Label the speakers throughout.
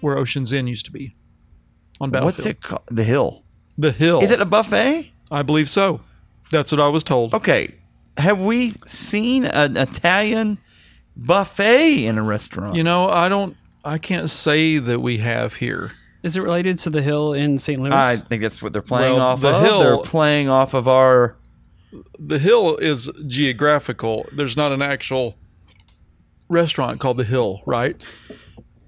Speaker 1: where Ocean's Inn used to be on Battlefield.
Speaker 2: What's it called? The Hill.
Speaker 1: The Hill.
Speaker 2: Is it a buffet?
Speaker 1: I believe so. That's what I was told.
Speaker 2: Okay. Have we seen an Italian buffet in a restaurant?
Speaker 1: You know, I don't. I can't say that we have here.
Speaker 3: Is it related to the hill in St. Louis?
Speaker 2: I think that's what they're playing
Speaker 1: Well,
Speaker 2: off
Speaker 1: the
Speaker 2: of.
Speaker 1: hill-
Speaker 2: they're playing off of our.
Speaker 1: The Hill is geographical. There's not an actual restaurant called The Hill, right?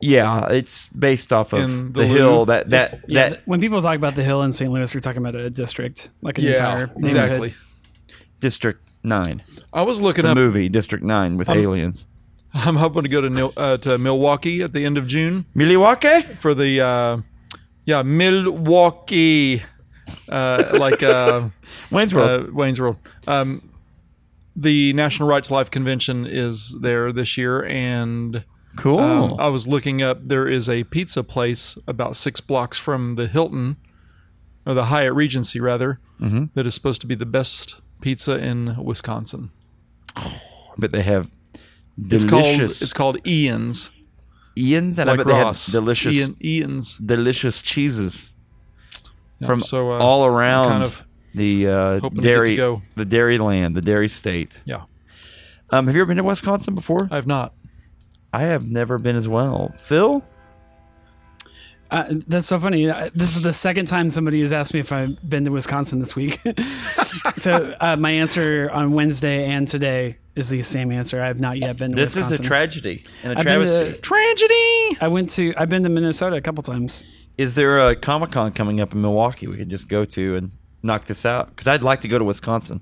Speaker 2: Yeah, it's based off of
Speaker 1: In
Speaker 2: the,
Speaker 1: the
Speaker 2: hill.
Speaker 1: Louvre.
Speaker 2: That that
Speaker 3: It's- yeah,
Speaker 2: that
Speaker 3: th- when people talk about the hill in St. Louis, they're talking about a district, like an entire neighborhood.
Speaker 1: exactly.
Speaker 2: District Nine,
Speaker 1: I was looking
Speaker 2: the
Speaker 1: up.
Speaker 2: movie District Nine with
Speaker 1: Um,
Speaker 2: aliens.
Speaker 1: I'm hoping to go to Nil, uh, to Milwaukee at the end of June
Speaker 2: Milwaukee.
Speaker 1: for the uh, yeah Milwaukee, uh, like uh,
Speaker 2: Wayne's World.
Speaker 1: uh, Wayne's World. Um, the National Right to Life Convention is there this year, and
Speaker 2: cool.
Speaker 1: Um, I was looking up. There is a pizza place about six blocks from the Hilton, or the Hyatt Regency, rather,
Speaker 2: Mhm.
Speaker 1: that is supposed to be the best pizza in Wisconsin.
Speaker 2: but they have
Speaker 1: It's called
Speaker 2: delicious
Speaker 1: it's called Ian's,
Speaker 2: Ian's, and I
Speaker 1: like
Speaker 2: bet
Speaker 1: Ross.
Speaker 2: they have delicious
Speaker 1: Ian, Ian's
Speaker 2: delicious cheeses
Speaker 1: Yeah,
Speaker 2: from
Speaker 1: so uh,
Speaker 2: all around
Speaker 1: kind of
Speaker 2: the uh,
Speaker 1: hoping to get to
Speaker 2: dairy,
Speaker 1: go.
Speaker 2: the dairy land, the dairy state.
Speaker 1: Yeah.
Speaker 2: Um, have you ever been to Wisconsin before?
Speaker 1: I've not.
Speaker 2: I have never been as well. Phil,
Speaker 3: Uh, that's so funny. Uh, This is the second time somebody has asked me if I've been to Wisconsin this week. so uh, my answer on Wednesday and today is the same answer. I have not yet been to
Speaker 2: this
Speaker 3: Wisconsin.
Speaker 2: is a tragedy and a
Speaker 3: I've been
Speaker 2: travesty.
Speaker 3: to,
Speaker 1: Tragedy.
Speaker 3: I went to. I've been to Minnesota a couple times.
Speaker 2: Is there a Comic Con coming up in Milwaukee we could just go to and knock this out? Because I'd like to go to Wisconsin.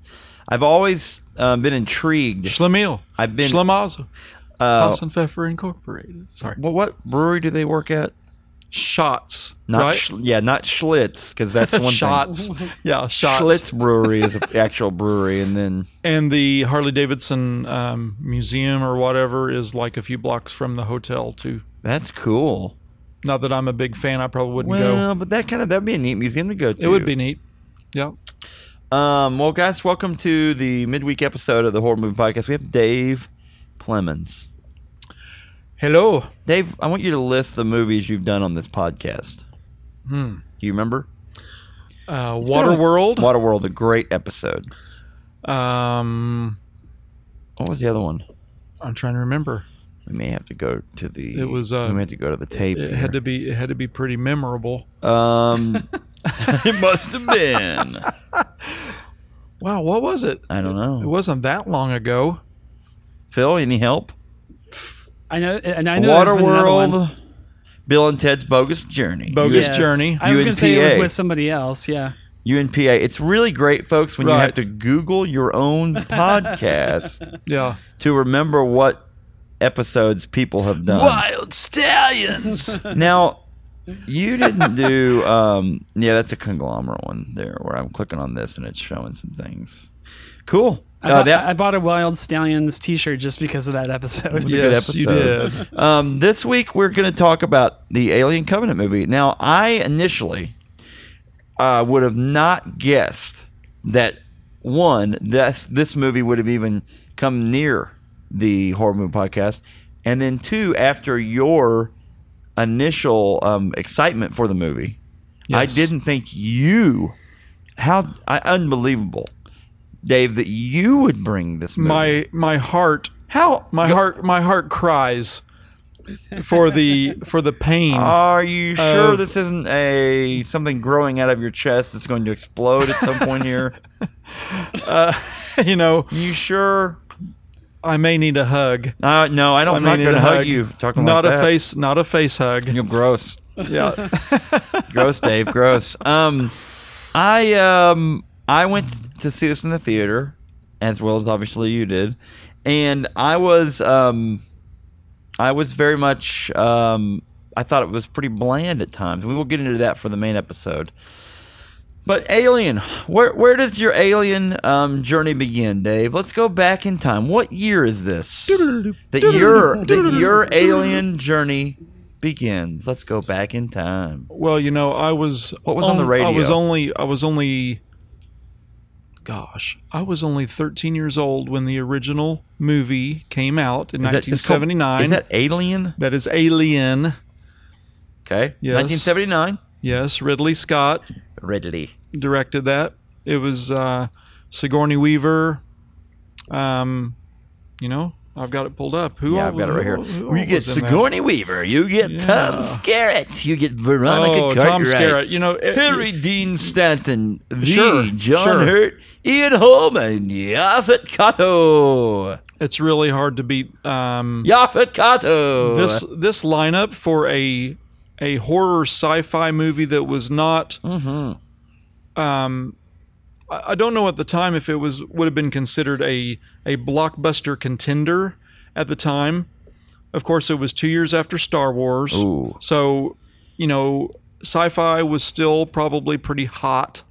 Speaker 2: I've always um, been intrigued.
Speaker 1: Schlemiel.
Speaker 2: I've been
Speaker 1: Schlemazel.
Speaker 2: uh,
Speaker 1: Boston Pfeffer Incorporated. Sorry.
Speaker 2: what, what brewery do they work at?
Speaker 1: Shots.
Speaker 2: Not
Speaker 1: right?
Speaker 2: Sch- yeah, not Schlitz because that's one
Speaker 1: shots.
Speaker 2: thing.
Speaker 1: Yeah, shots.
Speaker 2: Schlitz Brewery is an actual brewery, and then
Speaker 1: And the Harley Davidson um, museum or whatever is like a few blocks from the hotel too.
Speaker 2: that's cool.
Speaker 1: Not that I'm a big fan, I probably wouldn't
Speaker 2: Well, but that kind of that'd be a neat museum to go to.
Speaker 1: go. It would be neat. Yeah.
Speaker 2: Um, well, guys, welcome to the midweek episode of the Horror Movie Podcast. We have Dave Plemons.
Speaker 1: Hello.
Speaker 2: Dave, I want you to list the movies you've done on this podcast.
Speaker 1: Hmm.
Speaker 2: Do you remember?
Speaker 1: Uh, Waterworld.
Speaker 2: Waterworld, a great episode.
Speaker 1: um,
Speaker 2: What was the other one?
Speaker 1: I'm trying to remember.
Speaker 2: We may have to go to the.
Speaker 1: It was, uh,
Speaker 2: we may have to go to the tape.
Speaker 1: It had to be. It had to be pretty memorable.
Speaker 2: be. Um, it must have been.
Speaker 1: Wow. What was it?
Speaker 2: I don't
Speaker 1: It
Speaker 2: know.
Speaker 1: wasn't that long ago.
Speaker 2: Phil, any help?
Speaker 3: I know, and I know. there's been another one.
Speaker 2: Waterworld, Bill and Ted's Bogus Journey.
Speaker 1: Bogus
Speaker 3: Yes.
Speaker 1: Journey.
Speaker 3: I was going to say it was
Speaker 2: UNPA.
Speaker 3: with somebody else. Yeah.
Speaker 2: UNPA. It's really great, folks, when you
Speaker 1: Right.
Speaker 2: have to Google your own podcast
Speaker 1: Yeah.
Speaker 2: to remember what episodes people have done.
Speaker 1: Wild Stallions.
Speaker 2: Now, you didn't do. Um, yeah, that's a conglomerate one there where I'm clicking on this and it's showing some things. Cool.
Speaker 3: I,
Speaker 2: Uh,
Speaker 3: bought,
Speaker 2: that
Speaker 3: I bought a Wild Stallions T-shirt just because of that episode.
Speaker 2: was a good
Speaker 1: Yes, you
Speaker 2: episode. Um, this week we're going to talk about the Alien Covenant movie. Now, I initially uh, would have not guessed that one this this movie would have even come near the horror movie podcast, and then two after your initial um, excitement for the movie, I
Speaker 1: Yes.
Speaker 2: didn't think you how I, unbelievable. Dave, that you would bring this movie.
Speaker 1: my my heart
Speaker 2: how
Speaker 1: my
Speaker 2: go-
Speaker 1: heart my heart cries for the for the pain
Speaker 2: Are you sure
Speaker 1: of-
Speaker 2: this isn't a something growing out of your chest that's going to explode at some point here?
Speaker 1: you know
Speaker 2: You sure?
Speaker 1: i may need a hug
Speaker 2: Uh, no, I don't.
Speaker 1: i
Speaker 2: I'm
Speaker 1: may
Speaker 2: not
Speaker 1: need
Speaker 2: going to
Speaker 1: a
Speaker 2: hug you. Talking
Speaker 1: not
Speaker 2: like
Speaker 1: a
Speaker 2: that.
Speaker 1: face not a face hug
Speaker 2: You're gross.
Speaker 1: yeah
Speaker 2: gross, Dave. Gross. Um, I um, I went to see this in the theater, as well as obviously you did, and I was um, I was very much um, I thought it was pretty bland at times. We will get into that for the main episode. But Alien, where where does your Alien um, journey begin, Dave? Let's go back in time. What year is this that your that your Alien journey begins? Let's go back in time.
Speaker 1: well you know i was
Speaker 2: What was on the
Speaker 1: i was
Speaker 2: radio?
Speaker 1: only i was only gosh i was only 13 years old when the original movie came out in
Speaker 2: Is that- it's called-
Speaker 1: 1979
Speaker 2: Is that Alien?
Speaker 1: that is alien
Speaker 2: Okay.
Speaker 1: Yes.
Speaker 2: 1979.
Speaker 1: Yes, Ridley Scott
Speaker 2: Ridley.
Speaker 1: directed that. It was uh, Sigourney Weaver. Um, you know, I've got it pulled up. Who?
Speaker 2: yeah,
Speaker 1: all-
Speaker 2: I've got it right here.
Speaker 1: who- who
Speaker 2: You
Speaker 1: all
Speaker 2: get
Speaker 1: was in that?
Speaker 2: Sigourney Weaver. You get Tom
Speaker 1: Yeah.
Speaker 2: Skerritt. You get Veronica
Speaker 1: Oh,
Speaker 2: Cartwright.
Speaker 1: Tom Skerritt. You know, it-
Speaker 2: Harry Dean Stanton, the
Speaker 1: Sure,
Speaker 2: John
Speaker 1: sure.
Speaker 2: Hurt, Ian Holm, and Yaphet Kotto.
Speaker 1: it's really hard to beat. Um,
Speaker 2: Yaphet Kotto.
Speaker 1: this this lineup for a a horror sci-fi movie that was not
Speaker 2: Mhm.
Speaker 1: um I I don't know at the time if it was would have been considered a a blockbuster contender at the time. Of course, it was 2 years after Star Wars.
Speaker 2: Ooh.
Speaker 1: So, you know, sci-fi was still probably pretty hot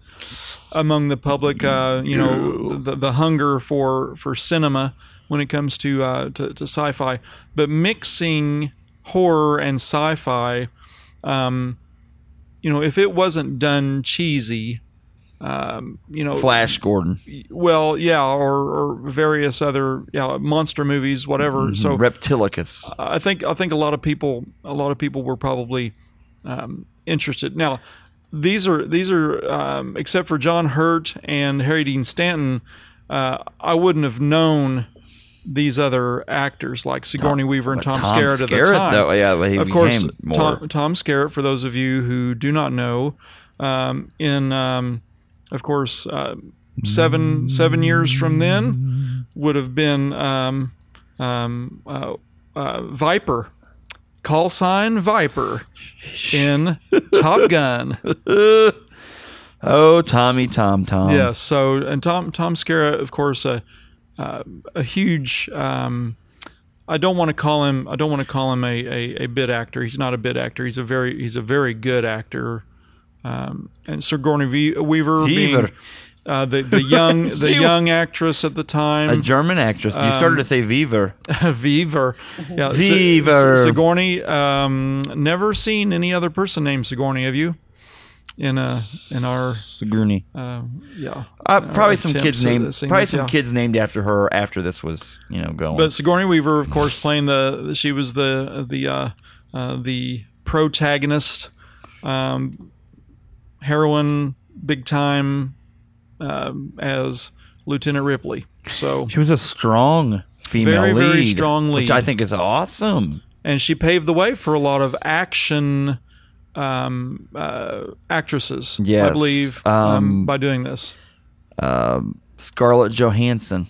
Speaker 1: among the public, uh, you know, the, the hunger for for cinema when it comes to, uh, to to sci-fi, but mixing horror and sci-fi, um, you know, if it wasn't done cheesy, um, you know,
Speaker 2: Flash Gordon.
Speaker 1: well, yeah, or, or various other yeah, monster movies, whatever. So
Speaker 2: Mm-hmm. Reptilicus.
Speaker 1: I think I think a lot of people a lot of people were probably um, interested. Now these are these are um, except for John Hurt and Harry Dean Stanton, uh, I wouldn't have known these other actors like Sigourney Weaver and
Speaker 2: But
Speaker 1: Tom, Skerritt at the time.
Speaker 2: though, yeah, but he
Speaker 1: of
Speaker 2: became
Speaker 1: course,
Speaker 2: more.
Speaker 1: Tom, Tom Skerritt. For those of you who do not know, um, in um, of course uh, seven seven years from then would have been um, um, uh, uh, Viper, call sign Viper, in Top Gun.
Speaker 2: oh, Tommy, Tom, Tom.
Speaker 1: Yeah. So and Tom Tom Skerritt, of course, a uh, a huge. Um, I don't want to call him. I don't want to call him a, a, a bit actor. He's not a bit actor. He's a very he's a very good actor. Um, and Sigourney Ve- Weaver, being
Speaker 2: Weaver.
Speaker 1: uh, the the young the
Speaker 2: She-
Speaker 1: young actress at the
Speaker 2: A
Speaker 1: time,
Speaker 2: German actress. You started
Speaker 1: Um,
Speaker 2: to say Weaver.
Speaker 1: Weaver, yeah, Si-
Speaker 2: Weaver.
Speaker 1: Si- Sigourney. Um, never seen any other person named Sigourney. Have you? In uh in our
Speaker 2: Sigourney.
Speaker 1: uh, yeah,
Speaker 2: Uh,
Speaker 1: our
Speaker 2: probably some
Speaker 1: attempts
Speaker 2: kids
Speaker 1: at
Speaker 2: named
Speaker 1: seeing
Speaker 2: probably
Speaker 1: this,
Speaker 2: some
Speaker 1: yeah.
Speaker 2: kids named after her after this was you know going.
Speaker 1: But Sigourney Weaver, of course, playing the she was the the uh, uh, the protagonist, um, heroine, big time, um, as Lieutenant Ripley. So
Speaker 2: she was a strong female
Speaker 1: Very,
Speaker 2: lead,
Speaker 1: very strong
Speaker 2: which
Speaker 1: lead.
Speaker 2: I think is awesome.
Speaker 1: and she paved the way for a lot of action um, uh, actresses. I
Speaker 2: Yes.
Speaker 1: believe um,
Speaker 2: Um,
Speaker 1: by doing this.
Speaker 2: Um, Scarlett Johansson,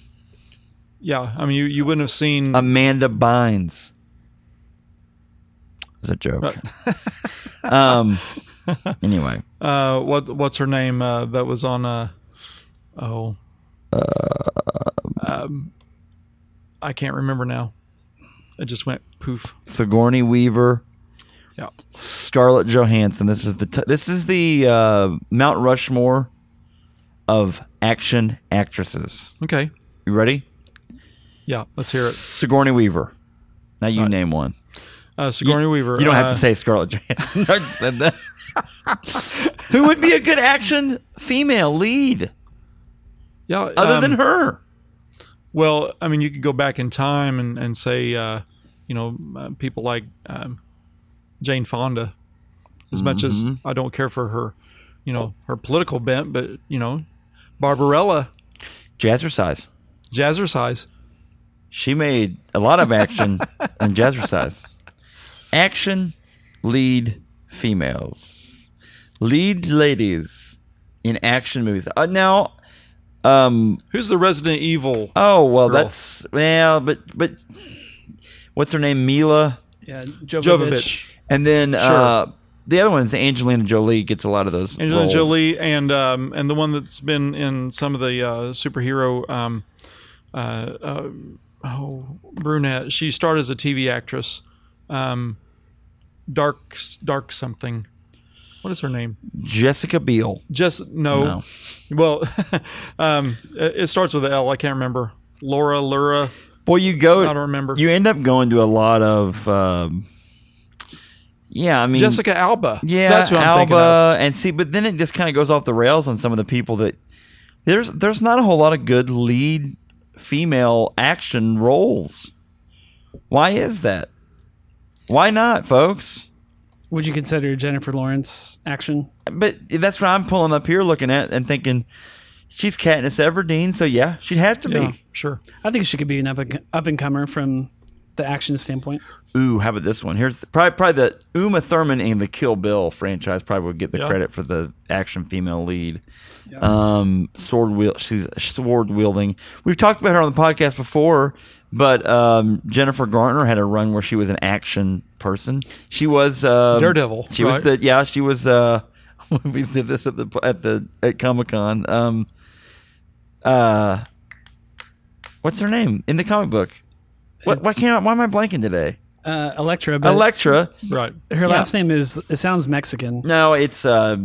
Speaker 1: Yeah, I mean you, you wouldn't have seen
Speaker 2: Amanda Bynes. It's a joke. um. Anyway,
Speaker 1: uh, what what's her name uh, that was on uh oh
Speaker 2: Uh,
Speaker 1: um, I can't remember now. It just went poof.
Speaker 2: Sigourney Weaver.
Speaker 1: Yeah.
Speaker 2: Scarlett Johansson. This is the t- this is the uh, Mount Rushmore of action actresses.
Speaker 1: Okay.
Speaker 2: You ready?
Speaker 1: Yeah, let's hear it.
Speaker 2: Sigourney Weaver. Now you
Speaker 1: Right.
Speaker 2: name one.
Speaker 1: Uh, Sigourney Weaver.
Speaker 2: You don't have
Speaker 1: uh,
Speaker 2: to say Scarlett Johansson. Who would be a good action female lead
Speaker 1: Yeah,
Speaker 2: other
Speaker 1: um,
Speaker 2: than her?
Speaker 1: Well, I mean, you could go back in time and and say, uh, you know, uh, people like um, Jane Fonda. As much as
Speaker 2: Mhm.
Speaker 1: I don't care for her, you know, her political bent, but you know, Barbarella,
Speaker 2: Jazzercise.
Speaker 1: Jazzercise.
Speaker 2: She made a lot of action in Jazzercise. Action lead females, lead ladies in action movies. Uh, now, um,
Speaker 1: Who's the Resident Evil?
Speaker 2: oh well,
Speaker 1: Girl.
Speaker 2: that's well, but but what's her name? Mila,
Speaker 3: Yeah, Jovovich.
Speaker 1: Jovovich.
Speaker 2: and then uh, the other one's Angelina Jolie gets a lot of those.
Speaker 1: Angelina
Speaker 2: roles.
Speaker 1: Jolie and um, and the one that's been in some of the uh, superhero um, uh, uh, oh brunette. She started as a TV actress. Um, dark dark something. What is her name?
Speaker 2: Jessica Biel.
Speaker 1: Just no. Well, um, it it starts with a L. I can't remember. Laura Lura.
Speaker 2: Boy, you go.
Speaker 1: I don't remember.
Speaker 2: You end up going to a lot of. Um, yeah, I mean
Speaker 1: Jessica Alba.
Speaker 2: Yeah,
Speaker 1: that's who I'm
Speaker 2: Alba,
Speaker 1: thinking of.
Speaker 2: and see, but then it just kind of goes off the rails on some of the people that there's there's not a whole lot of good lead female action roles. Why is that? Why not, folks?
Speaker 3: Would you consider Jennifer Lawrence action?
Speaker 2: But that's what I'm pulling up here, looking at and thinking, she's Katniss Everdeen, so yeah, she'd have to
Speaker 1: Yeah,
Speaker 2: be.
Speaker 1: sure.
Speaker 3: I think she could be an up and, up and comer from the action standpoint.
Speaker 2: Ooh, how about this one? Here's the, probably probably the Uma Thurman and the Kill Bill franchise probably would get the
Speaker 1: Yeah.
Speaker 2: credit for the action female lead.
Speaker 3: Yeah.
Speaker 2: Um, sword wield, she's sword wielding. We've talked about her on the podcast before, but um, Jennifer Garner had a run where she was an action person. She was um,
Speaker 1: Daredevil,
Speaker 2: She was
Speaker 1: right?
Speaker 2: the yeah. She was uh, we did this at the at the at Comic Con. Um, uh, what's her name in the comic book? What, why
Speaker 3: It's-
Speaker 2: can't I, why am I blanking today?
Speaker 3: Uh, Electra, but
Speaker 2: Electra.
Speaker 1: Right.
Speaker 3: her last name is it sounds Mexican.
Speaker 2: No, it's uh,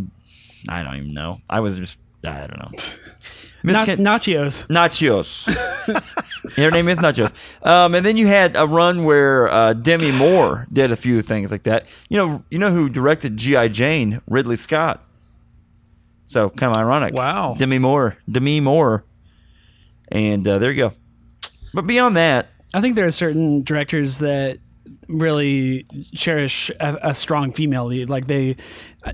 Speaker 2: I don't even know. I was just I don't know. Miss
Speaker 3: Na-
Speaker 2: Ken-
Speaker 3: Nachos.
Speaker 2: Nachos. Her name is Nachos. Um, and then you had a run where uh, Demi Moore did a few things like that. You know, you know who directed GI Jane? Ridley Scott. So kind of ironic.
Speaker 1: Wow.
Speaker 2: Demi Moore. Demi Moore. And uh, there you go. But beyond that,
Speaker 3: I think there are certain directors that really cherish a, a strong female lead. Like they,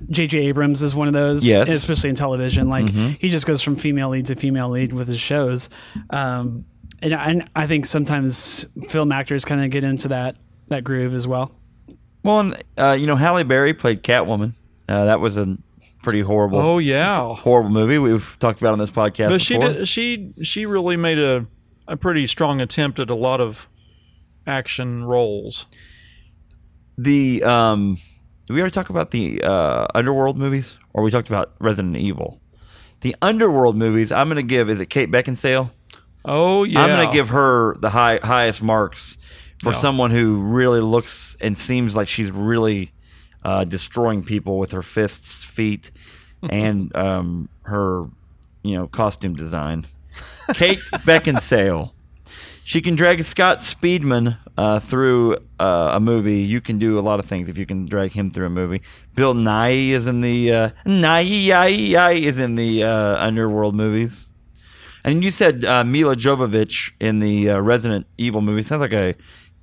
Speaker 3: J.J. Abrams is one of those.
Speaker 2: Yes. Mm-hmm.
Speaker 3: especially in television. Like he just goes from female lead to female lead with his shows. Um, and, and I think sometimes film actors kind of get into that that groove as well.
Speaker 2: well, and, uh, you know, Halle Berry played Catwoman. Uh, that was a pretty horrible.
Speaker 1: Oh yeah.
Speaker 2: horrible movie we've talked about on this podcast.
Speaker 1: But she
Speaker 2: before.
Speaker 1: did, she she really made a a pretty strong attempt at a lot of action roles.
Speaker 2: the um, did we already talk about the uh, underworld movies, or we talked about Resident Evil. The underworld movies, I'm going to give. Is it Kate Beckinsale?
Speaker 1: Oh yeah.
Speaker 2: I'm going to give her the high highest marks for
Speaker 1: Yeah.
Speaker 2: someone who really looks and seems like she's really uh, destroying people with her fists, feet, and um, her you know costume design. Kate Beckinsale. She can drag Scott Speedman uh, through uh, a movie. You can do a lot of things if you can drag him through a movie. Bill Nye is in the uh, Nye Nye Nye is in the uh, underworld movies. And you said uh, Mila Jovovich in the uh, Resident Evil movie. Sounds like a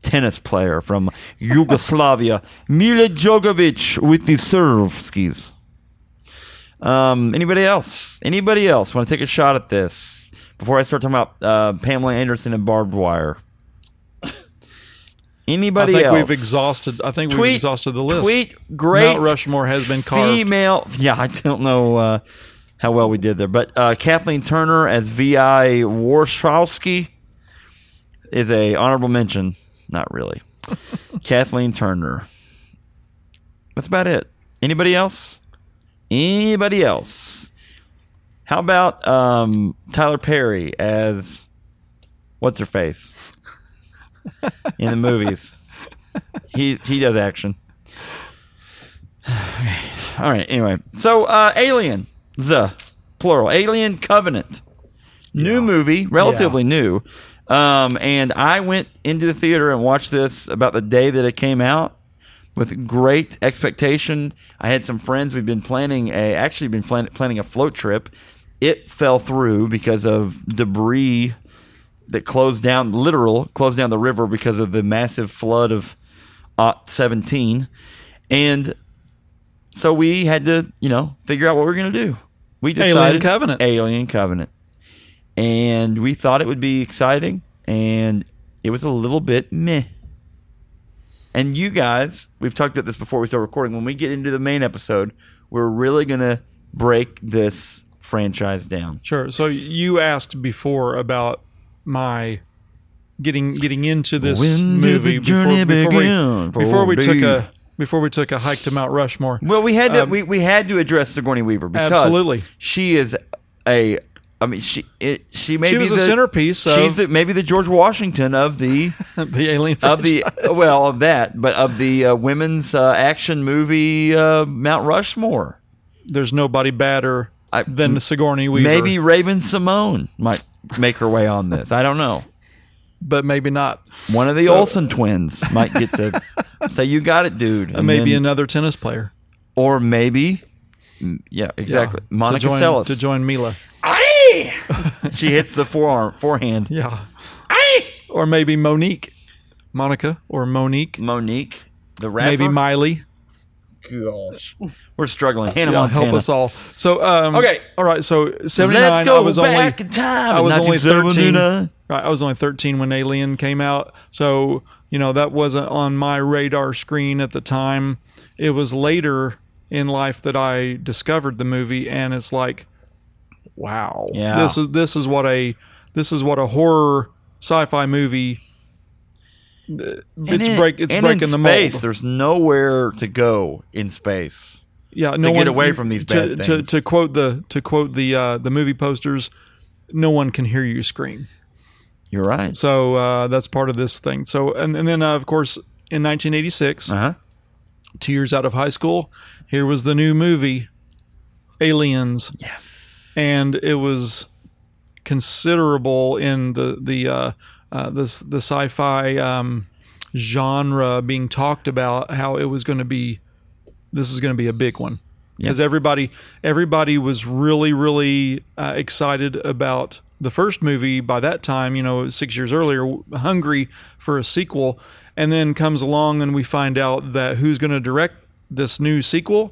Speaker 2: tennis player from Yugoslavia. Mila Jovovich with the serve skis. Um, anybody else? Anybody else want to take a shot at this before I start talking about uh, Pamela Anderson and barbed wire?
Speaker 1: I
Speaker 2: Anybody
Speaker 1: think
Speaker 2: else?
Speaker 1: we've exhausted. I think
Speaker 2: Tweet-
Speaker 1: we've exhausted the list.
Speaker 2: Tweet great
Speaker 1: Mount Rushmore has been carved.
Speaker 2: female. Yeah, I don't know uh, how well we did there, but uh, Kathleen Turner as Vi Warshawski is a honorable mention. Not really. Kathleen Turner. That's about it. Anybody else? Anybody else? How about um, Tyler Perry as what's her face in the movies? He he does action. All right. Anyway, so uh, Alien, the plural, Alien Covenant, new movie, relatively new. Um, and I went into the theater and watched this about the day that it came out with great expectation. I had some friends. We've been planning a actually been plan, planning a float trip. It fell through because of debris that closed down literal closed down the river because of the massive flood of Ot 17 and so we had to you know figure out what we were going to do we
Speaker 1: Alien
Speaker 2: decided
Speaker 1: Covenant.
Speaker 2: alien covenant and we thought it would be exciting and it was a little bit meh and you guys we've talked about this before we start recording when we get into the main episode we're really going to break this franchise down
Speaker 1: Sure. So you asked before about my getting getting into this
Speaker 2: When did the
Speaker 1: movie
Speaker 2: journey
Speaker 1: before, before
Speaker 2: begin?
Speaker 1: we before we
Speaker 2: Oh,
Speaker 1: took
Speaker 2: dude.
Speaker 1: a before we took a hike to Mount Rushmore.
Speaker 2: Well, we had to
Speaker 1: Um,
Speaker 2: we, we had to address Sigourney Weaver because
Speaker 1: Absolutely.
Speaker 2: she is a I mean she it, she may
Speaker 1: She
Speaker 2: be
Speaker 1: was a
Speaker 2: the-
Speaker 1: centerpiece
Speaker 2: she's
Speaker 1: of-
Speaker 2: the, maybe the George Washington of the
Speaker 1: the alien
Speaker 2: of the well of that but of the uh, women's uh, action movie uh, Mount Rushmore.
Speaker 1: There's nobody badder
Speaker 2: I-
Speaker 1: than Sigourney Weaver.
Speaker 2: Maybe Raven Simone might make her way on this. I don't know.
Speaker 1: but maybe not.
Speaker 2: One of the
Speaker 1: So-
Speaker 2: Olsen twins might get to say you got it, dude. and
Speaker 1: maybe
Speaker 2: then-
Speaker 1: another tennis player.
Speaker 2: or maybe mm, yeah, exactly.
Speaker 1: Yeah,
Speaker 2: Monica
Speaker 1: to join,
Speaker 2: Seles
Speaker 1: to join Mila.
Speaker 2: she hits the forearm forehand.
Speaker 1: Yeah. Or maybe Monique, Monica, or Monique.
Speaker 2: Monique, the rapper.
Speaker 1: Maybe Miley.
Speaker 2: gosh, we're struggling. Hannah
Speaker 1: Yeah,
Speaker 2: Montana.
Speaker 1: help us all. So um,
Speaker 2: Okay.
Speaker 1: all right. So seventy nine.
Speaker 2: Let's go
Speaker 1: I was only
Speaker 2: back in time.
Speaker 1: I
Speaker 2: in
Speaker 1: was only 13.
Speaker 2: 1979.
Speaker 1: Right, I was only 13 when Alien came out, so you know that wasn't on my radar screen at the time. It was later in life that I discovered the movie, and it's like, wow,
Speaker 2: Yeah.
Speaker 1: this is this is what a this is what a horror sci-fi movie. It's
Speaker 2: And in-
Speaker 1: break it's
Speaker 2: and
Speaker 1: breaking
Speaker 2: in
Speaker 1: the
Speaker 2: space,
Speaker 1: mold.
Speaker 2: There's nowhere to go in space.
Speaker 1: Yeah, no
Speaker 2: get
Speaker 1: one,
Speaker 2: away from these
Speaker 1: to,
Speaker 2: bad
Speaker 1: to,
Speaker 2: things.
Speaker 1: to quote the to quote the uh, the movie posters, no one can hear you scream.
Speaker 2: You're right.
Speaker 1: So uh, that's part of this thing. So and, and then uh, of course in 1986,
Speaker 2: Uh huh.
Speaker 1: two years out of high school, here was the new movie, Aliens,
Speaker 2: Yes.
Speaker 1: and it was considerable in the the uh, uh, this the sci-fi um, genre being talked about how it was going to be. This is going to be a big one
Speaker 2: Yeah.
Speaker 1: because everybody everybody was really really uh, excited about the first movie by that time you know six years earlier hungry for a sequel and then comes along and we find out that who's going to direct this new sequel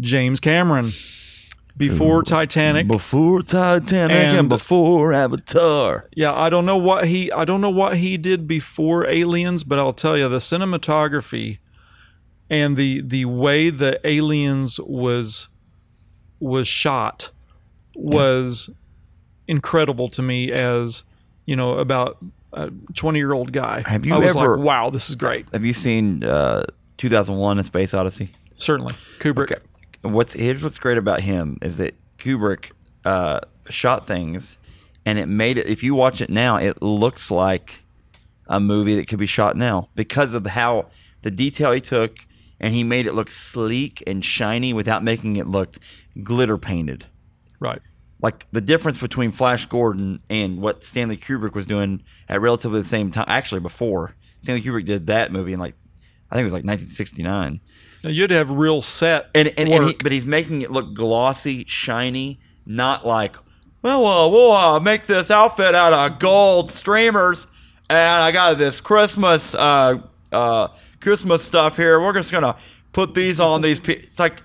Speaker 1: james cameron before titanic
Speaker 2: Before Titanic and,
Speaker 1: And-
Speaker 2: before Avatar.
Speaker 1: yeah i don't know what he i don't know what he did before aliens but i'll tell you the cinematography and the the way the aliens was was shot was incredible to me as you know about a 20 year old guy
Speaker 2: Have you
Speaker 1: i was
Speaker 2: ever-
Speaker 1: like wow this is great
Speaker 2: Have you seen uh, 2001: A Space Odyssey?
Speaker 1: certainly kubrick
Speaker 2: Okay. What's here's what's great about him is that Kubrick uh, shot things, and it made it. If you watch it now, it looks like a movie that could be shot now because of how the detail he took, and he made it look sleek and shiny without making it look glitter painted.
Speaker 1: right
Speaker 2: Like the difference between Flash Gordon and what Stanley Kubrick was doing at relatively the same time, actually before Stanley Kubrick did that movie in like, I think it was like 1969
Speaker 1: now you'd have real set
Speaker 2: and and, and he,
Speaker 1: work.
Speaker 2: but he's making it look glossy, shiny, not like well, uh, we'll uh, make this outfit out of gold streamers, and I got this Christmas uh, uh, Christmas stuff here. We're just gonna put these on these. Pe-. It's like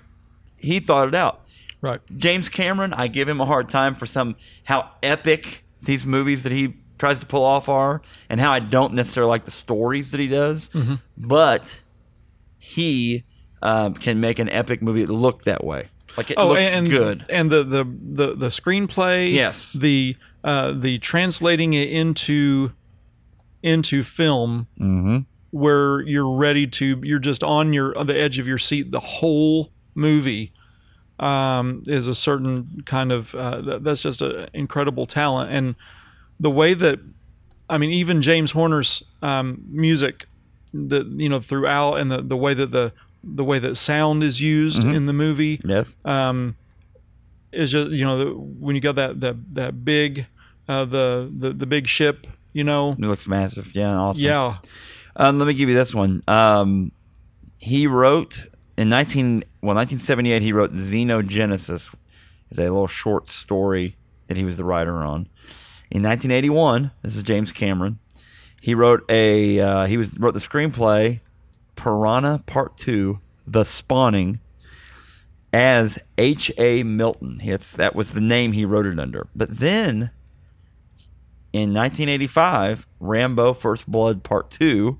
Speaker 2: he thought it out.
Speaker 1: right
Speaker 2: James Cameron, I give him a hard time for some how epic these movies that he tries to pull off are, and how I don't necessarily like the stories that he does. But he um, can make an epic movie that look that way, like it looks
Speaker 1: Oh, and,
Speaker 2: good.
Speaker 1: And the the the, the screenplay,
Speaker 2: Yes.
Speaker 1: the uh, the translating it into into film
Speaker 2: Mm-hmm.
Speaker 1: where you're ready to you're just on your on the edge of your seat the whole movie um, is a certain kind of uh, th- that's just an incredible talent and the way that I mean even James Horner's um, music the you know throughout and the, the way that the the way that sound is used
Speaker 2: Mhm.
Speaker 1: in the movie
Speaker 2: Yes.
Speaker 1: um, is just you know the, when you got that that that big uh, the, the the big ship you know
Speaker 2: It looks massive. Yeah. Awesome.
Speaker 1: yeah
Speaker 2: Um, let me give you this one. Um, he wrote in 19 well 1978 he wrote Xenogenesis is a little short story that he was the writer on. In 1981, this is James Cameron. He wrote a uh, he was wrote the screenplay Piranha Part 2 The Spawning as H.A. Milton. It's, that was the name he wrote it under. But then in 1985, Rambo First Blood Part 2,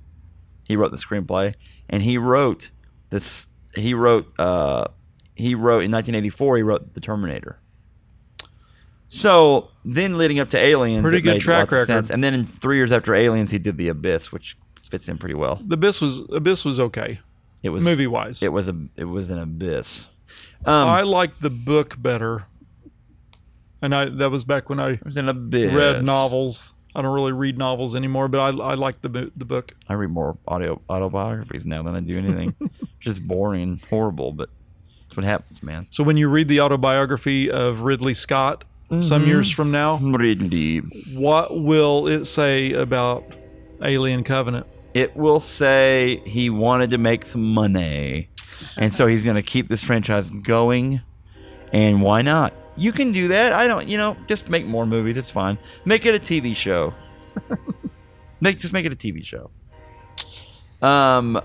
Speaker 2: he wrote the screenplay and he wrote this he wrote uh he wrote in 1984 he wrote The Terminator. So then leading up to Aliens
Speaker 1: Pretty
Speaker 2: it
Speaker 1: good
Speaker 2: made
Speaker 1: track
Speaker 2: lots of
Speaker 1: record.
Speaker 2: sense. And then in 3 years after Aliens he did The Abyss which fits in pretty well.
Speaker 1: the abyss was abyss was okay
Speaker 2: It was
Speaker 1: movie wise
Speaker 2: It was a it was an abyss. Um,
Speaker 1: I
Speaker 2: it
Speaker 1: liked the book better and I that was back when I
Speaker 2: was an abyss.
Speaker 1: read novels I don't really read novels anymore but I I liked the bo- the book
Speaker 2: I read more audio autobiographies now than I do anything. it's just boring and horrible, but it's what happens, man.
Speaker 1: so when you read the autobiography of Ridley Scott
Speaker 2: Mm-hmm.
Speaker 1: some years from now
Speaker 2: Reading deep.
Speaker 1: what will it say about Alien Covenant
Speaker 2: It will say he wanted to make some money, and so he's going to keep this franchise going. And why not? You can do that. I don't. You know, just make more movies. It's fine. Make it a TV show. make just make it a TV show. Um,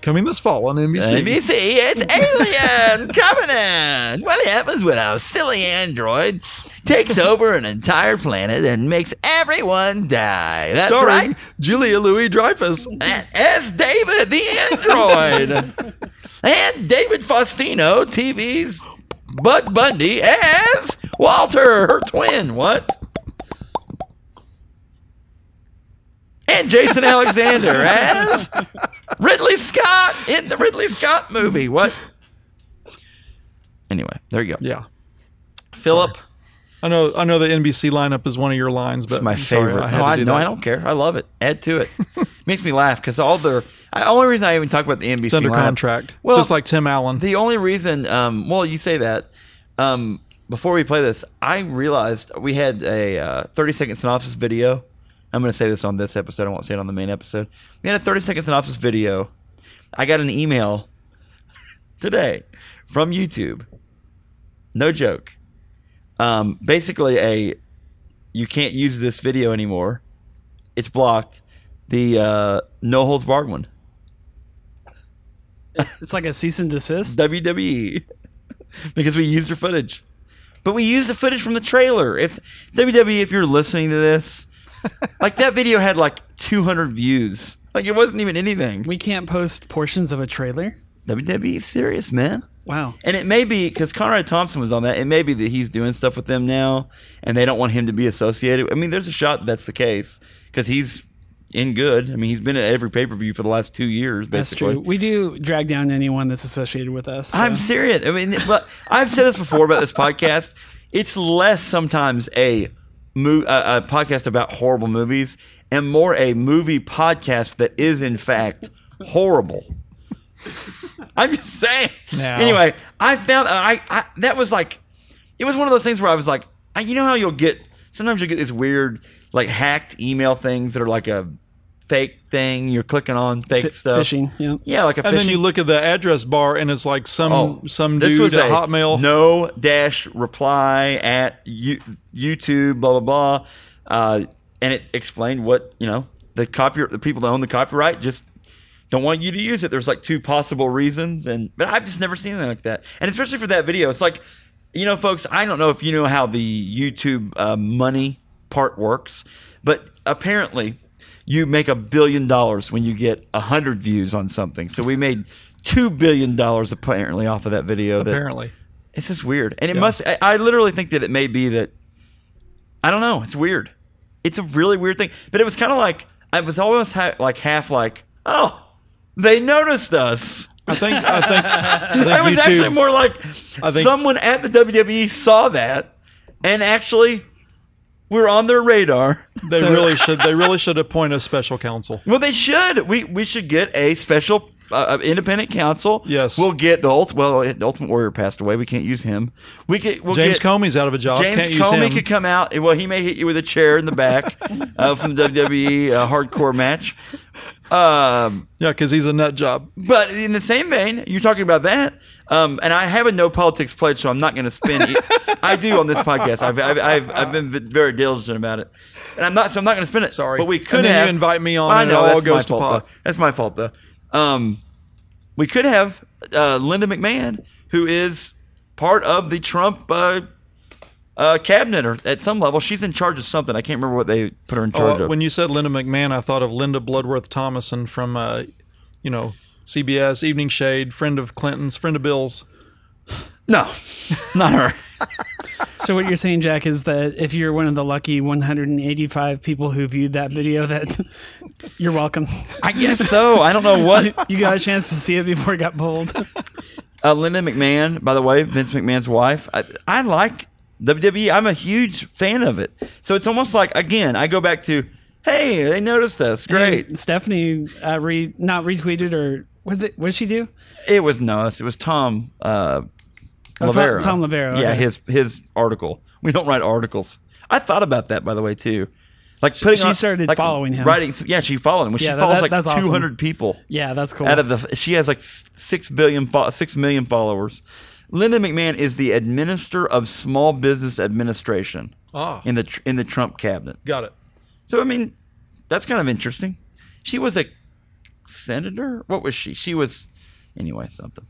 Speaker 1: Coming this fall on NBC.
Speaker 2: NBC, it's Alien coming in. What happens when a silly android takes over an entire planet and makes everyone die? That's
Speaker 1: Starring
Speaker 2: right.
Speaker 1: Julia Louis Dreyfus.
Speaker 2: And As David the android and David Faustino, TV's Bud Bundy as Walter, her twin. What? And Jason Alexander as Ridley Scott in the Ridley Scott movie. What? Anyway, there you go.
Speaker 1: Yeah.
Speaker 2: Philip,
Speaker 1: I know I know the NBC lineup is one of your lines, but
Speaker 2: it's my
Speaker 1: I'm sorry,
Speaker 2: favorite.
Speaker 1: I had
Speaker 2: no,
Speaker 1: to
Speaker 2: I,
Speaker 1: do
Speaker 2: no
Speaker 1: that.
Speaker 2: I don't care. I love it. Add to it. Makes me laugh because all the I, only reason I even talk about the NBC
Speaker 1: It's under
Speaker 2: lineup-
Speaker 1: contract.
Speaker 2: Well,
Speaker 1: just like Tim Allen.
Speaker 2: The only reason, um, well, you say that. Um, before we play this, I realized we had a uh, 30 second synopsis video. I'm going to say this on this episode. I won't say it on the main episode. We had a 30 second synopsis video. I got an email today from YouTube. No joke. Um, basically, a you can't use this video anymore. It's blocked. The uh, no holds barred one.
Speaker 3: It's like a cease and desist.
Speaker 2: WWE E. because we used your footage. But we used the footage from the trailer. If WWE, if you're listening to this, like that video had like 200 views. Like it wasn't even anything.
Speaker 3: We can't post portions of a trailer.
Speaker 2: WWE is serious, man.
Speaker 3: Wow.
Speaker 2: And it may be because Conrad Thompson was on that. It may be that he's doing stuff with them now, and they don't want him to be associated. I mean, there's a shot that that's the case because he's in good. I mean, he's been at every pay per view for the last two years, basically.
Speaker 3: That's true. We do drag down anyone that's associated with us. so-
Speaker 2: I'm serious. I mean, but I've said this before about this podcast. It's less sometimes a mo- a, a podcast about horrible movies and more a movie podcast that is in fact horrible. I'm just saying.
Speaker 1: Now.
Speaker 2: Anyway, I found I, I that was like it was one of those things where I was like, I, you know how you'll get sometimes you'll get these weird like hacked email things that are like a fake thing you're clicking on fake
Speaker 3: Fi-
Speaker 2: stuff.
Speaker 3: fishing. Yeah.
Speaker 2: Yeah, like a
Speaker 1: and
Speaker 2: phishing
Speaker 1: then you look at the address bar and it's like some some
Speaker 2: Oh, this
Speaker 1: dude
Speaker 2: was
Speaker 1: at
Speaker 2: a
Speaker 1: Hotmail.
Speaker 2: No dash reply at you, YouTube, blah blah blah, uh, and it explained what you know the copy the people that own the copyright just don't want you to use it. There's like two possible reasons, and but I've just never seen anything like that, and especially for that video, it's like you know, folks, I don't know if you know how the YouTube uh, money part works, but apparently you make a billion dollars when you get a hundred views on something. So we made two billion dollars apparently off of that video. that-
Speaker 1: apparently.
Speaker 2: it's just weird, and it must. I, I literally think that it may be that. I don't know. It's weird. It's a really weird thing. But it was kind of like I was almost ha- like half like, oh, they noticed us.
Speaker 1: I think I think,
Speaker 2: I
Speaker 1: I
Speaker 2: was
Speaker 1: think
Speaker 2: actually
Speaker 1: YouTube
Speaker 2: more like
Speaker 1: I think-
Speaker 2: someone at the WWE saw that and actually we're on their radar.
Speaker 1: they
Speaker 3: So-
Speaker 1: really should they really should appoint a special counsel.
Speaker 2: Well, they should. We we should get a special uh, uh, independent counsel.
Speaker 1: Yes.
Speaker 2: we'll get the ult. Well, the Ultimate Warrior passed away. We can't use him. We could. We'll
Speaker 1: James
Speaker 2: get,
Speaker 1: Comey's out of a job.
Speaker 2: James
Speaker 1: Can't use
Speaker 2: Comey
Speaker 1: him.
Speaker 2: could come out. Well, he may hit you with a chair in the back uh, from the WWE uh, hardcore match. Um,
Speaker 1: yeah, because he's a nut job.
Speaker 2: but in the same vein, you're talking about that, um, and I have a no politics pledge, so I'm not going to spin. It. I do on this podcast. I've, I've, I've, I've been v- very diligent about it, and I'm not. So I'm not going to spin it.
Speaker 1: Sorry.
Speaker 2: but we
Speaker 1: And
Speaker 2: could
Speaker 1: then you
Speaker 2: have,
Speaker 1: invite me on
Speaker 2: I
Speaker 1: and it
Speaker 2: know
Speaker 1: all
Speaker 2: that's my
Speaker 1: goes to
Speaker 2: fault,
Speaker 1: pot.
Speaker 2: though. That's my fault though. Um, we could have uh, Linda McMahon, who is part of the Trump uh, uh, cabinet, or at some level, she's in charge of something. I can't remember what they put her in charge
Speaker 1: Oh,
Speaker 2: of.
Speaker 1: when you said Linda McMahon, I thought of Linda Bloodworth Thomason from uh, you know CBS Evening Shade, friend of Clinton's, friend of Bill's.
Speaker 2: no, not her.
Speaker 3: So what you're saying, Jack, is that if you're one of the lucky 185 people who viewed that video, that you're welcome.
Speaker 2: I guess so. I don't know what.
Speaker 3: you got a chance to see it before it got pulled.
Speaker 2: Uh, Linda McMahon, by the way, Vince McMahon's wife. I, I like WWE. I'm a huge fan of it. So it's almost like again, I go back to, hey, they noticed us. Great.
Speaker 3: And Stephanie uh, re- not retweeted or what did, what did she do?
Speaker 2: it was no us. It was Tom. Uh,
Speaker 3: Oh, Tom-
Speaker 2: Lavero.
Speaker 3: Tom Lavero,
Speaker 2: Yeah,
Speaker 3: okay.
Speaker 2: his his article. We don't write articles. I thought about that by the way too. Like putting
Speaker 3: she
Speaker 2: on-
Speaker 3: started
Speaker 2: like,
Speaker 3: following him.
Speaker 2: Writing. Yeah, she followed him. Well,
Speaker 3: Yeah,
Speaker 2: she
Speaker 3: that-
Speaker 2: follows
Speaker 3: that-
Speaker 2: like
Speaker 3: that's awesome.
Speaker 2: 200 people.
Speaker 3: Yeah, that's cool.
Speaker 2: out of the she has like s- six billion fo- six million followers. Linda McMahon is the administrator of small business administration
Speaker 1: Ah,
Speaker 2: in the tr- in the Trump cabinet.
Speaker 1: got it.
Speaker 2: So I mean, that's kind of interesting. She was a senator? What was she? She was anyway something.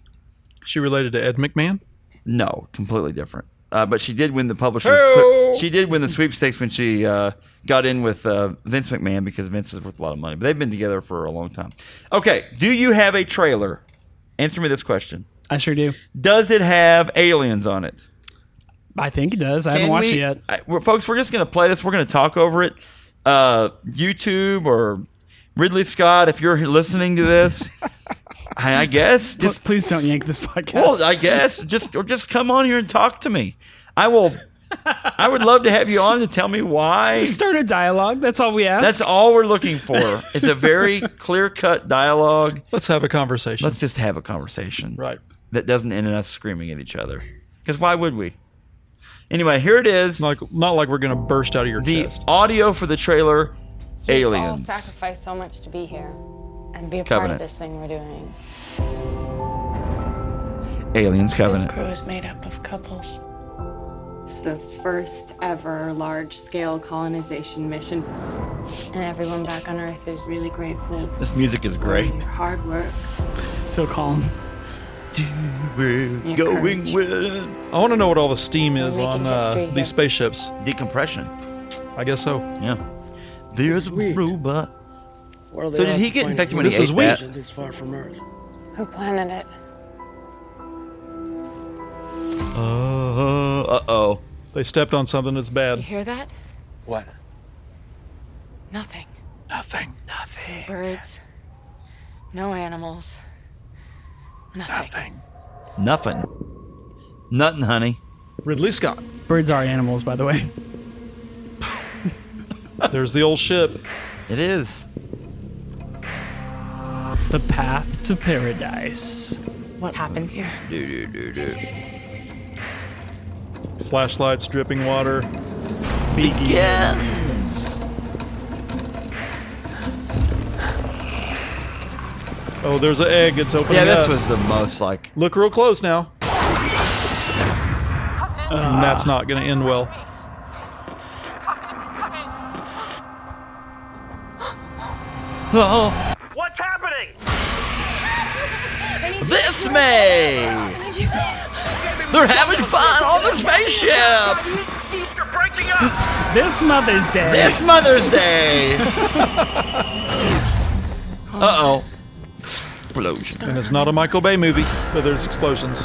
Speaker 1: She related to Ed McMahon.
Speaker 2: No, completely different. Uh, but she did win the publishers.
Speaker 1: Hey-o!
Speaker 2: She did win the sweepstakes when she uh, got in with uh, Vince McMahon because Vince is worth a lot of money. But they've been together for a long time. Okay, do you have a trailer? Answer me this question:
Speaker 3: I sure do.
Speaker 2: Does it have aliens on it?
Speaker 3: I think it does. I haven't watched it yet.
Speaker 2: I, we're, folks, we're just going to play this. We're going to talk over it. Uh, YouTube or Ridley Scott, if you're listening to this, I, I guess
Speaker 3: Just
Speaker 2: just
Speaker 3: please don't yank this podcast.
Speaker 2: well, I guess just or just come on here and talk to me. I will. I would love to have you on to tell me why.
Speaker 3: Just start a dialogue. That's all we ask.
Speaker 2: That's all we're looking for. It's a very clear cut dialogue.
Speaker 1: Let's have a conversation.
Speaker 2: Let's just have a conversation
Speaker 1: right.
Speaker 2: that doesn't end in us screaming at each other. Because why would we? Anyway, here it is.
Speaker 1: Like not like we're gonna burst out of your
Speaker 2: the
Speaker 1: chest.
Speaker 2: audio for the trailer aliens
Speaker 4: You've all sacrificed so much to be here and be a part
Speaker 2: Covenant.
Speaker 4: of this thing we're doing.
Speaker 2: aliens
Speaker 5: This
Speaker 2: covenant
Speaker 5: crew is made up of couples.
Speaker 4: It's the first ever large scale colonization mission. And everyone back on Earth is really grateful
Speaker 2: this music is
Speaker 4: for
Speaker 2: great
Speaker 4: your hard work.
Speaker 3: It's so calm.
Speaker 2: we're
Speaker 4: Your
Speaker 2: going
Speaker 4: courage.
Speaker 2: with
Speaker 1: I want to know what all the steam is
Speaker 4: We're
Speaker 1: on
Speaker 4: making
Speaker 1: uh,
Speaker 4: history here.
Speaker 1: these spaceships.
Speaker 2: decompression
Speaker 1: I guess so.
Speaker 2: yeah there's a
Speaker 6: Sweet.
Speaker 2: robot
Speaker 6: What are the
Speaker 2: So did
Speaker 6: odds
Speaker 2: he
Speaker 6: of
Speaker 2: get
Speaker 6: finding
Speaker 2: infected when
Speaker 1: he This ate is wheat. that?
Speaker 6: This far from Earth.
Speaker 4: Who planted it?
Speaker 2: uh, uh-oh
Speaker 1: They stepped on something that's
Speaker 4: You
Speaker 1: bad.
Speaker 4: hear that?
Speaker 6: What?
Speaker 4: Nothing.
Speaker 1: Nothing.
Speaker 4: Birds. No animals. Nothing.
Speaker 1: Nothing.
Speaker 2: nothing nothing honey
Speaker 1: Ridley Scott.
Speaker 3: Birds are animals, by the way.
Speaker 1: There's the old ship.
Speaker 2: it is
Speaker 3: The path to paradise.
Speaker 5: What happened here?
Speaker 2: do do do do
Speaker 1: Flashlights, dripping water.
Speaker 3: Begins.
Speaker 1: Oh, there's an egg. It's opening
Speaker 2: yeah this
Speaker 1: up.
Speaker 2: was the most like
Speaker 1: Look real close now.
Speaker 4: Uh,
Speaker 1: and that's not going to end well.
Speaker 2: oh
Speaker 7: What's happening?
Speaker 2: this may they're having fun on the spaceship
Speaker 7: You're breaking up!
Speaker 3: This Mother's Day.
Speaker 2: It's Mother's Day. uh oh. Explosion.
Speaker 1: And it's not a Michael Bay movie, but there's explosions.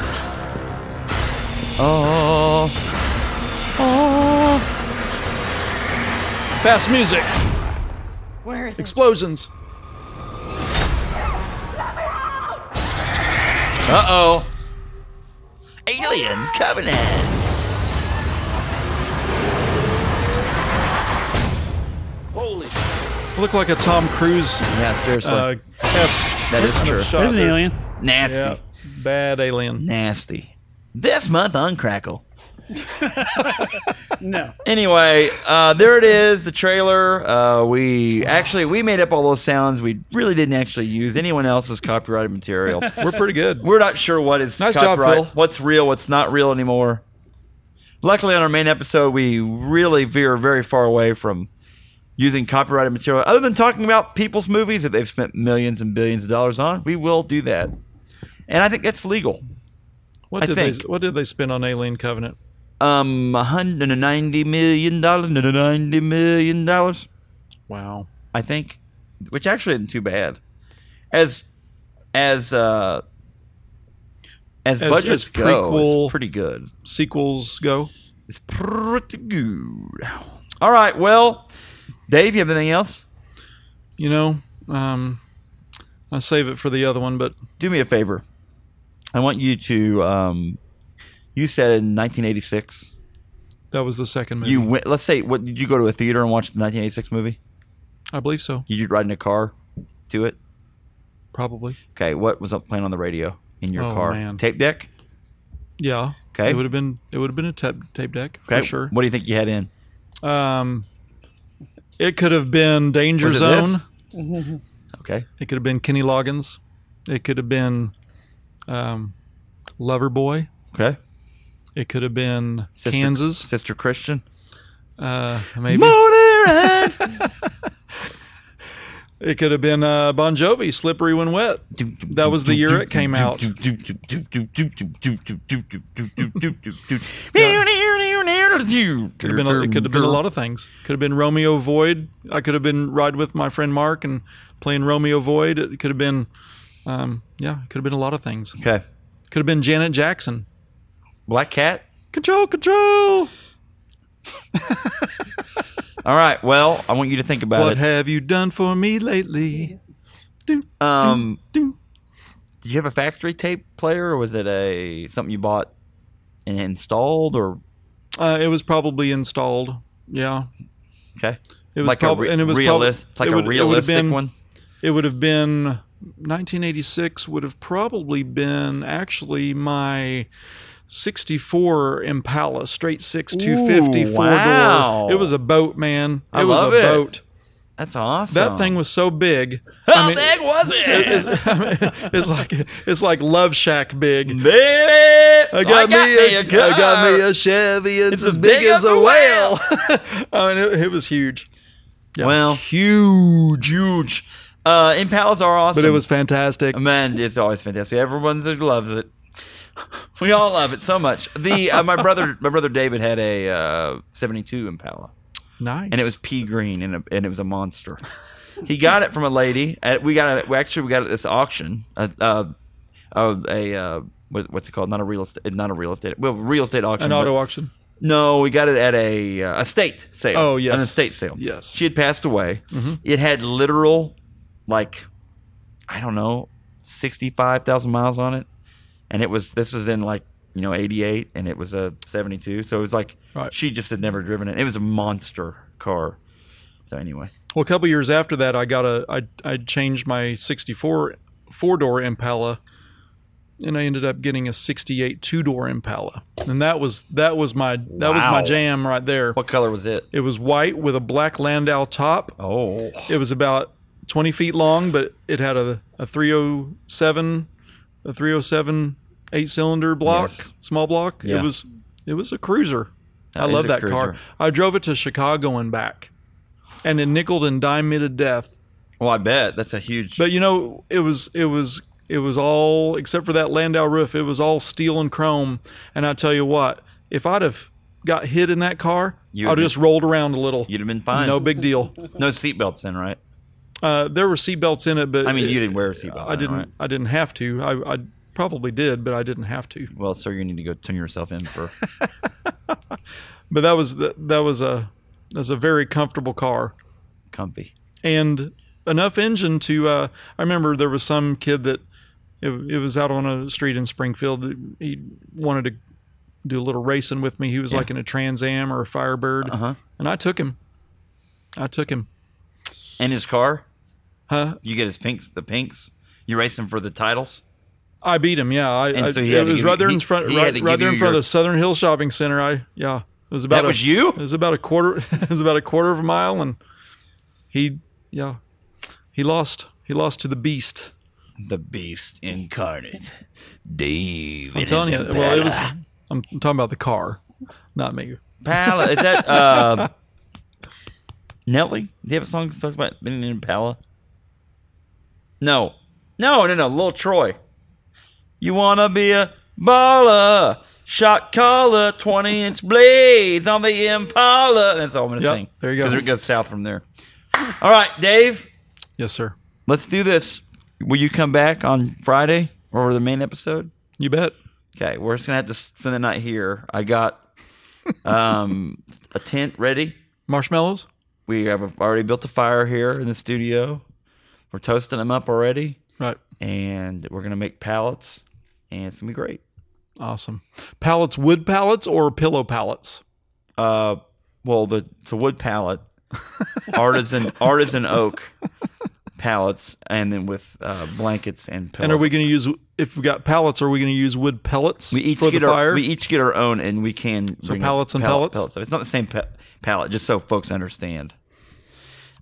Speaker 2: Oh. Oh.
Speaker 1: Fast music,
Speaker 4: Where is it?
Speaker 1: explosions.
Speaker 2: Uh oh. Aliens Covenant.
Speaker 1: Look like a Tom Cruise
Speaker 2: Yeah, seriously.
Speaker 1: uh, esque
Speaker 2: that is
Speaker 1: kind of
Speaker 2: true.
Speaker 1: shot
Speaker 3: There's an
Speaker 1: there.
Speaker 3: alien.
Speaker 2: Nasty.
Speaker 1: Yeah, bad alien.
Speaker 2: Nasty. This month on Crackle.
Speaker 3: No.
Speaker 2: Anyway, uh, there it is, the trailer. Uh, we actually we made up all those sounds. We really didn't actually use anyone else's copyrighted material.
Speaker 1: We're pretty good.
Speaker 2: We're not sure what is
Speaker 1: Nice job,
Speaker 2: copyright,
Speaker 1: Phil.
Speaker 2: what's real, what's not real anymore. Luckily, on our main episode, we really veer very far away from using copyrighted material. Other than talking about people's movies that they've spent millions and billions of dollars on, we will do that, and I think that's legal.
Speaker 1: What
Speaker 2: I
Speaker 1: did they
Speaker 2: think.
Speaker 1: What did they spend on Alien Covenant?
Speaker 2: Um, a hundred and ninety million dollars, ninety million dollars,
Speaker 1: Wow.
Speaker 2: I think, which actually isn't too bad, as as uh as,
Speaker 1: As-
Speaker 2: budgets
Speaker 1: as
Speaker 2: go,
Speaker 1: prequel-
Speaker 2: it's pretty good.
Speaker 1: Sequels go.
Speaker 2: It's pretty good. All right. Well, Dave, you have anything else?
Speaker 1: You know, um, I save it for the other one, but
Speaker 2: Do me a favor. I want you to. Um, you said in 1986.
Speaker 1: that was the second movie.
Speaker 2: You went. Let's say, what did you go to a theater and watch the 1986 movie?
Speaker 1: I believe so.
Speaker 2: Did you ride in a car to it?
Speaker 1: Probably.
Speaker 2: Okay. What was up playing on the radio in your
Speaker 1: Oh,
Speaker 2: car?
Speaker 1: man.
Speaker 2: Tape deck.
Speaker 1: Yeah.
Speaker 2: Okay.
Speaker 1: It would have been. It would have been a tape, tape deck
Speaker 2: Okay.
Speaker 1: for sure.
Speaker 2: What do you think you had in?
Speaker 1: Um, it could have been Danger
Speaker 2: Was it
Speaker 1: Zone.
Speaker 2: this? Okay.
Speaker 1: It could have been Kenny Loggins. It could have been um, Lover Boy.
Speaker 2: Okay.
Speaker 1: It could have been
Speaker 2: Sister-
Speaker 1: Kansas.
Speaker 2: Sister Christian.
Speaker 1: Uh, maybe
Speaker 2: Motorhead.
Speaker 1: it It could have been uh, Bon Jovi, "Slippery When Wet." That was the year it came out. Could have been a, it could have been a lot of things. Could have been Romeo Void. I could have been ride with my friend Mark and playing Romeo Void. It could have been, um, yeah, it could have been a lot of things.
Speaker 2: Okay.
Speaker 1: Could have been Janet Jackson.
Speaker 2: Black Cat.
Speaker 1: Control, control.
Speaker 2: All right. Well, I want you to think about
Speaker 1: What
Speaker 2: it.
Speaker 1: have you done for me lately? Do,
Speaker 2: Um,
Speaker 1: do.
Speaker 2: did you have a factory tape player, or was it a something you bought and installed, or
Speaker 1: Uh, it was probably installed. Yeah,
Speaker 2: okay,
Speaker 1: it was
Speaker 2: like
Speaker 1: prob-
Speaker 2: a re-
Speaker 1: and it was prob-
Speaker 2: realis-
Speaker 1: it would-
Speaker 2: like a
Speaker 1: it would have
Speaker 2: realistic
Speaker 1: been-
Speaker 2: one?
Speaker 1: It would have been 1986. Would have probably been actually my 64 Impala, straight six 250
Speaker 2: Ooh,
Speaker 1: four
Speaker 2: wow.
Speaker 1: door. It was a boat, man. It
Speaker 2: I
Speaker 1: was
Speaker 2: love
Speaker 1: a
Speaker 2: it.
Speaker 1: boat.
Speaker 2: That's awesome.
Speaker 1: That thing was so big.
Speaker 2: How big was
Speaker 1: it-
Speaker 2: it?
Speaker 1: it's, it's like it's like Love Shack big.
Speaker 2: Baby, I
Speaker 1: I got, me,
Speaker 2: me
Speaker 1: a, I got me
Speaker 2: car.
Speaker 1: a Chevy. It's,
Speaker 2: It's
Speaker 1: as big, as a
Speaker 2: a
Speaker 1: whale. I mean, it, it was huge. Yeah.
Speaker 2: Well,
Speaker 1: huge, huge.
Speaker 2: uh, Impalas are awesome,
Speaker 1: But it was fantastic.
Speaker 2: man, it's always fantastic. Everyone loves it. We all love it so much. The uh, my brother, my brother David had a uh, '72 Impala.
Speaker 1: Nice.
Speaker 2: and it was pea green and, a, and it was a monster. he got it from a lady. At, we got it. We actually we got it at this auction. A uh, uh, a uh, what, what's it called? Not a real estate. Not a real estate. Well, real estate auction.
Speaker 1: an
Speaker 2: but-
Speaker 1: auto auction.
Speaker 2: no, we got it at a uh, estate sale.
Speaker 1: Oh, yes.
Speaker 2: an estate sale.
Speaker 1: Yes. Mm-hmm.
Speaker 2: she had passed away. It had literal, like, I don't know, sixty-five thousand miles on it, and it was this was in like you know eighty-eight, and it was a seventy-two. So it was like
Speaker 1: Right.
Speaker 2: she just had never driven it. It was a monster car. So anyway,
Speaker 1: Well, a couple years after that, I got a I I changed my '64 four door Impala, and I ended up getting a '68 two door Impala, and that was that was my that was my
Speaker 2: Wow.
Speaker 1: jam right there.
Speaker 2: what color was it?
Speaker 1: It was white with a black Landau top.
Speaker 2: Oh,
Speaker 1: It was about 20 feet long, but it had a, a 307, a 307 eight cylinder block,
Speaker 2: Yes.
Speaker 1: small block.
Speaker 2: Yeah.
Speaker 1: It was, it was a cruiser.
Speaker 2: That
Speaker 1: I
Speaker 2: is
Speaker 1: love
Speaker 2: a
Speaker 1: that car.
Speaker 2: cruiser.
Speaker 1: I drove it to Chicago and back and it nickled and dimed me to death.
Speaker 2: well, I bet that's a huge.
Speaker 1: But you know, it was, it was, it was all, except for that Landau roof, it was all steel and chrome. And I tell you what, if I'd have got hit in that car,
Speaker 2: You
Speaker 1: I'd
Speaker 2: would've-
Speaker 1: just rolled around a little.
Speaker 2: you'd have been fine.
Speaker 1: No big deal.
Speaker 2: no seatbelts in, right?
Speaker 1: Uh, there were seatbelts in it, but
Speaker 2: I mean,
Speaker 1: it-
Speaker 2: you didn't wear a seatbelt.
Speaker 1: I
Speaker 2: then,
Speaker 1: didn't.
Speaker 2: right?
Speaker 1: I didn't have to. I, I probably did, but I didn't have to.
Speaker 2: Well, sir, you need to go turn yourself in for.
Speaker 1: But that was the, that was a that's a very comfortable car
Speaker 2: comfy.
Speaker 1: and enough engine to. Uh, I remember there was some kid that it, it was out on a street in Springfield. He wanted to do a little racing with me. He was like in a Trans Am or a Firebird,
Speaker 2: Uh huh.
Speaker 1: and I took him. I took him.
Speaker 2: And his car,
Speaker 1: Huh?
Speaker 2: you get his pinks, the pinks. You race him for the titles.
Speaker 1: I beat him. Yeah, I.
Speaker 2: And
Speaker 1: I-
Speaker 2: so he
Speaker 1: it
Speaker 2: had to
Speaker 1: was
Speaker 2: give you-
Speaker 1: right there in
Speaker 2: he-
Speaker 1: front.
Speaker 2: he had
Speaker 1: Right,
Speaker 2: to
Speaker 1: right
Speaker 2: give
Speaker 1: there in
Speaker 2: you
Speaker 1: front
Speaker 2: your-
Speaker 1: of the Southern Hill Shopping Center. I yeah. It was about
Speaker 2: That
Speaker 1: a-
Speaker 2: was you.
Speaker 1: It was about a quarter. It was about a quarter of a mile, and he, yeah, he lost. He lost to the beast.
Speaker 2: The beast incarnate, Dave.
Speaker 1: I'm telling you. Well, it was. I'm, I'm talking about the car, not me.
Speaker 2: Pala. Is that uh, Nelly? Do you have a song that talks about being in Pala? No, no, no, no. Little Troy. You wanna be a baller, shot caller, twenty inch blades on the Impala. That's all I'm gonna
Speaker 1: Yep,
Speaker 2: sing.
Speaker 1: there you go.
Speaker 2: 'Cause It goes south from there. All right, Dave.
Speaker 1: Yes, sir.
Speaker 2: Let's do this. Will you come back on Friday or the main episode?
Speaker 1: You bet.
Speaker 2: Okay, we're just gonna have to spend the night here. I got um, a tent ready.
Speaker 1: Marshmallows.
Speaker 2: We have already built a fire here in the studio. We're toasting them up already,
Speaker 1: Right.
Speaker 2: and we're gonna make pallets, and it's gonna be great.
Speaker 1: Awesome. Pallets, wood pallets, or pillow pallets.
Speaker 2: Uh, well, the it's a wood pallet, artisan artisan oak pallets, and then with uh, blankets and pillows.
Speaker 1: And are we going to use? If we got pallets, are we going to use wood pellets
Speaker 2: We each
Speaker 1: for
Speaker 2: get
Speaker 1: the
Speaker 2: our
Speaker 1: fire?
Speaker 2: we each get our own, and we can
Speaker 1: So
Speaker 2: bring up
Speaker 1: pallets and
Speaker 2: pallet-
Speaker 1: pellets?
Speaker 2: So it's not the same pa- pallet, just so folks understand.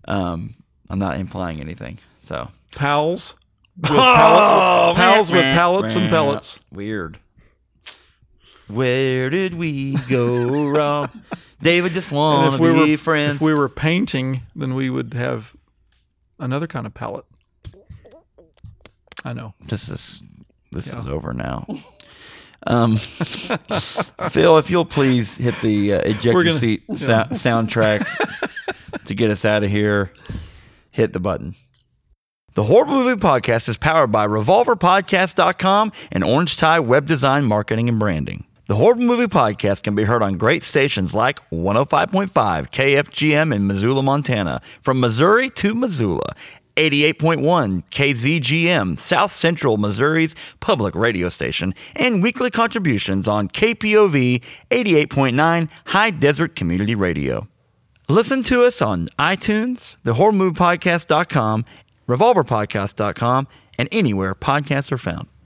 Speaker 2: Um, I'm not implying anything. So
Speaker 1: pals. With
Speaker 2: Oh,
Speaker 1: pallet, pals with pallets and pellets.
Speaker 2: Weird. Where did we go wrong? David just
Speaker 1: And
Speaker 2: wanted
Speaker 1: if
Speaker 2: to
Speaker 1: we
Speaker 2: be
Speaker 1: were
Speaker 2: friends.
Speaker 1: if we were painting, then we would have another kind of palette. I know.
Speaker 2: This is this
Speaker 1: Yeah.
Speaker 2: is over now. Um, Phil, if you'll please hit the uh, eject
Speaker 1: We're
Speaker 2: your
Speaker 1: gonna-
Speaker 2: seat sou- soundtrack to get us out of here, hit the button. The Horrible Movie Podcast is powered by RevolverPodcast.com and Orange Tie Web Design Marketing and Branding. The Horrible Movie Podcast can be heard on great stations like 105.5 KFGM in Missoula, Montana, from Missouri to Missoula, 88.1 KZGM, South Central Missouri's public radio station, and weekly contributions on KPOV 88.9 High Desert Community Radio. Listen to us on iTunes, thehorrormoviepodcast.com, revolverpodcast.com, and anywhere podcasts are found.